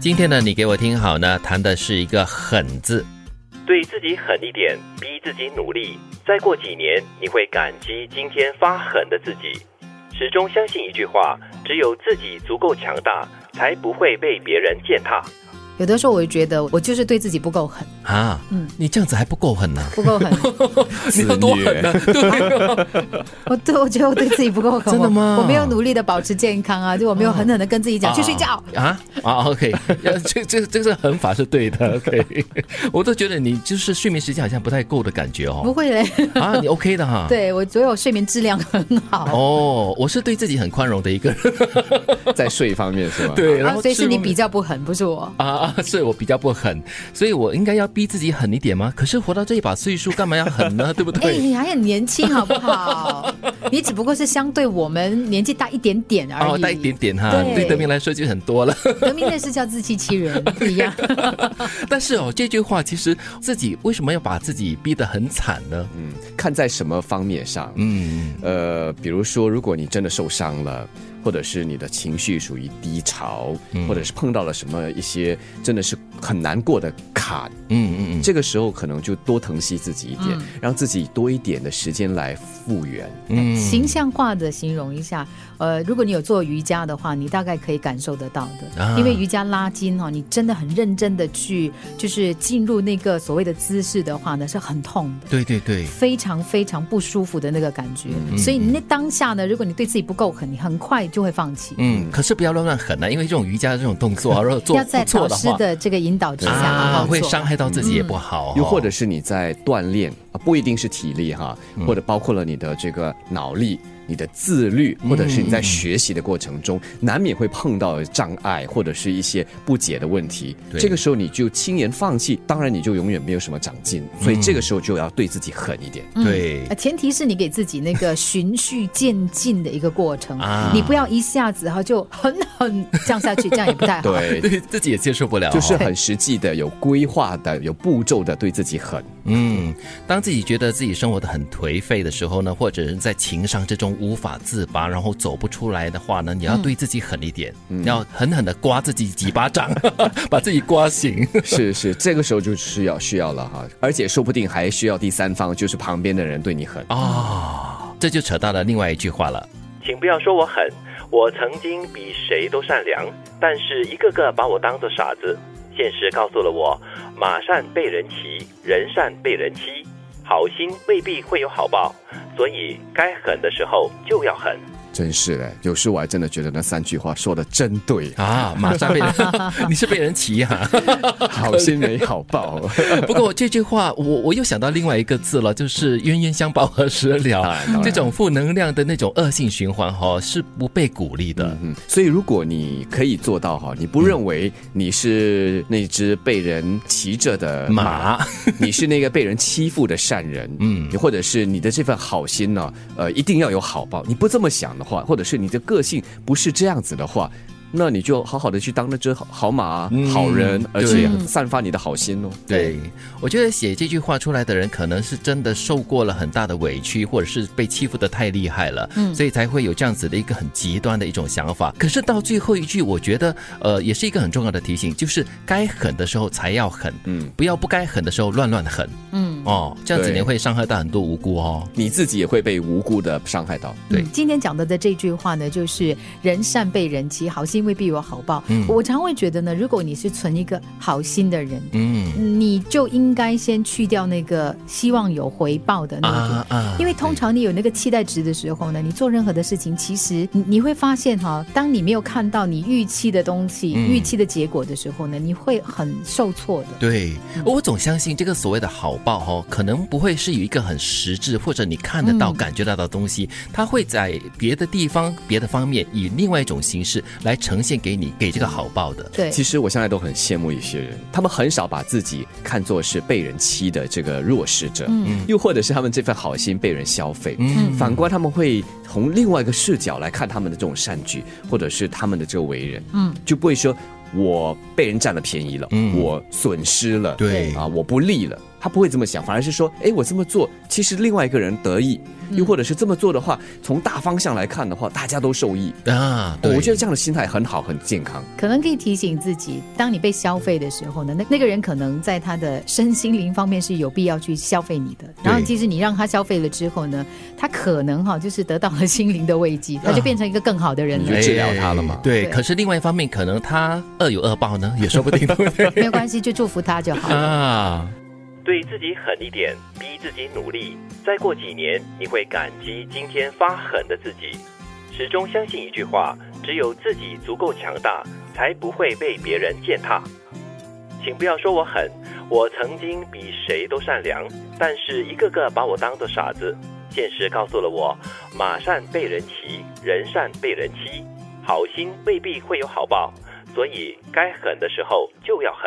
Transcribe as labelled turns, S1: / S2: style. S1: 今天呢，你给我听好呢，谈的是一个“狠”字。
S2: 对自己狠一点，逼自己努力，再过几年你会感激今天发狠的自己。始终相信一句话：只有自己足够强大，才不会被别人践踏。
S3: 有的时候我就觉得我就是对自己不 够狠，
S1: 啊，
S3: 嗯
S1: 你这样子还不够 狠呢、
S3: 不够狠。
S1: 你要多狠呢、对、
S3: 我对我觉得我对自己不够狠，
S1: 真的吗
S3: 我我没有努力的保持健康啊，就我没有狠狠的跟自己讲、
S1: 哦
S3: 去睡觉。
S1: 啊啊，OK，要 这这这个狠法是对的，OK，我都觉得你就是睡眠时间好像不太够的感觉
S3: 不
S1: 哦，
S3: 会嘞，
S1: 啊，你 OK 的哈，，
S3: 对我觉得我睡眠质量很 好。
S1: 哦，我是对自己很宽容的一 个人，
S4: 在税方面是吧？，
S1: 对，
S3: 啊，所以是你
S1: 吃
S3: 比较不狠，不是我。
S1: 啊啊，是我比较不狠，所以我应该要逼自己狠一点吗？可是活到这一把岁数，干嘛要狠 呢？对不
S3: 哎，
S1: 对？
S3: 你还很年轻，好不 好？你只不过是相对我们年纪大一点点而已。
S1: 哦，带一点点哈，
S3: 哎对
S1: 对德明来说就很多了。
S3: 德明那是叫自欺欺人一样。
S1: 但是哦，这句话其实自己为什么要把自己逼得很惨呢？
S4: 嗯，看在什么方面上。
S1: 嗯，
S4: 呃，比如说，如果你真的受伤了，或者是你的情绪属于低潮，或者是碰到了什么一些真的是很难过的坎，
S1: 嗯嗯嗯，
S4: 这个时候可能就多疼惜自己一点，让自己多一点的时间来复原。
S1: 嗯
S3: 形象化的形容一下，呃，如果你有做瑜伽的话，你大概可以感受得到的，
S1: 啊
S3: 因为瑜伽拉筋哦，你真的很认真的去，就是进入那个所谓的姿势的话呢，是很痛的。
S1: 对对对，嗯
S3: 非常非常不舒服的那个感觉，所以你那当下呢，如果你对自己不够狠，你很快就会放弃。
S1: 嗯，可是不要乱乱狠啊，因为这种瑜伽这种动作啊，如果做
S3: 要在
S1: 错
S3: 老
S1: 的
S3: 师
S1: 话，
S3: 的这个引导之下好
S1: 啊，
S3: 好
S1: 会
S3: 做。
S1: 伤害到自己也不好哦、
S4: 嗯
S1: 嗯
S4: 又或者是你在锻炼啊，不一定是体力哈，或者包括了你的这个脑力、你的自律，或者是你在
S1: 嗯
S4: 学习的过程中，难免会碰到障碍或者是一些不解的问题。
S1: 对
S4: 这个时候你就轻言放弃，当然你就永远没有什么长进。所以这
S1: 嗯
S4: 个时候就要对自己狠一点。
S1: 对
S3: 呃，前提是你给自己那个循序渐进的一个过程，
S1: 啊
S3: 你不要一下子哈就狠狠降下去，这样也不太好。
S4: 对。
S1: 对自己也接受不了、哦，
S4: 就是很实际的、有规划的、有步骤的，对自 己狠。
S1: 嗯，当自己觉得自己生活的很颓废的时候呢，或者是在情伤之中无法自拔，然后走不出来的话呢，你
S3: 嗯
S1: 要对自己狠一点，
S4: 嗯
S1: 要狠狠的刮自己几巴掌， 把自己刮醒。
S4: 是是，这个时候就需要需要了哈，而且说不定还需要第三方，就是旁边的人对你狠。
S1: 这就扯到了另外一句话了。，
S2: 请不要说我狠，我曾经比谁都善良，但是一个个把我当做傻子。现实告诉了我，马善被人骑，人善被人欺，好心未必会有好报，所以该狠的时候就要狠。
S4: 真是的，有时我还真的觉得那三句话说的真对
S1: 啊，马上被 人，你是被人骑 啊！
S4: 好心没好报。
S1: 不过这句话，我我又想到另外一个字了，就是冤冤相报何时了
S4: 啊 当。然
S1: 这种负能量的那种恶性循环哈、哦，是不被鼓励的。
S4: 嗯，所以如果你可以做到哈，你不认为你是那只被人骑着的
S1: 嗯
S4: 马，
S1: 马，
S4: 你是那个被人欺负的善人，
S1: 嗯
S4: 嗯，或者是你的这份好心呢、呃，一定要有好报。你不这么想的话，或者是你的个性不是这样子的话。那你就好好的去当那只好好马、
S1: 嗯
S4: 好人，而
S1: 对
S4: 且散发你的好心哦。
S1: 对，我觉得写这句话出来的人，可能是真的受过了很大的委屈，或者是被欺负的太厉害了，
S4: 嗯
S1: 所以才会有这样子的一个很极端的一种想法。可是到最后一句，我觉得呃，也是一个很重要的提醒，就是该狠的时候才要狠，
S4: 嗯
S1: 不要不该狠的时候乱乱狠
S3: 嗯，
S1: 哦，这样子
S4: 对
S1: 你会伤害到很多无辜哦。
S4: 你自己也会被无辜的伤害到。
S1: 对
S3: 嗯今天讲到的这句话呢，就是人善被人欺，好心未必有好报。
S1: 嗯
S3: 我常会觉得呢，如果你是存一个好心的人。
S1: 嗯
S3: 你就应该先去掉那个希望有回报的那个
S1: 啊啊，
S3: 嗯因为通常你有那个期待值的时候呢，你做任何的事情，其实你你会发现哈、当你没有看到你预期的东西、
S1: 嗯
S3: 预期的结果的时候呢，你会很受挫的。
S1: 对，
S4: 嗯
S1: 我总相信这个所谓的好报哦，可能不会是有一个很实质或者你看得到、
S3: 嗯
S1: 感觉到的东西，它会在别的地方、别的方面以另外一种形式来呈现给你，给这个好报的。
S3: 对，
S4: 其实我现在都很羡慕一些人，他们很少把自己看作是被人欺的这个弱势者，
S3: 嗯
S4: 又或者是他们这份好心被人消费。
S1: 嗯
S4: 反观他们会从另外一个视角来看他们的这种善举，或者是他们的这个为人，
S3: 嗯，
S4: 就不会说我被人占了便宜了，
S1: 嗯
S4: 我损失了，
S1: 对
S4: 啊，我不利了。他不会这么想，反而是说，哎，我这么做，其实另外一个人得益，
S3: 嗯
S4: 又或者是这么做的话，从大方向来看的话，大家都受益。
S1: 啊，
S4: 哦
S1: 对，
S4: 我觉得这样的心态很好，很健康。
S3: 可能可以提醒自己，当你被消费的时候呢，那那个人可能在他的身心灵方面是有必要去消费你的。然后，即使你让他消费了之后呢，他可能哈、就是得到了心灵的慰藉，他就变成一个更好的人
S4: 你
S3: 了。
S4: 就治疗他了嘛
S1: 哎对，
S3: 对
S1: 可是另外一方面，可能他恶有恶报呢，也说不定，对不对？
S3: 没有关系，就祝福他就好了。
S1: 啊，
S2: 对自己狠一点，逼自己努力。再过几年，你会感激今天发狠的自己。始终相信一句话：只有自己足够强大，才不会被别人践踏。请不要说我狠，我曾经比谁都善良，但是一个个把我当做傻子。现实告诉了我，马善被人骑，人善被人欺，好心未必会有好报，所以该狠的时候就要狠。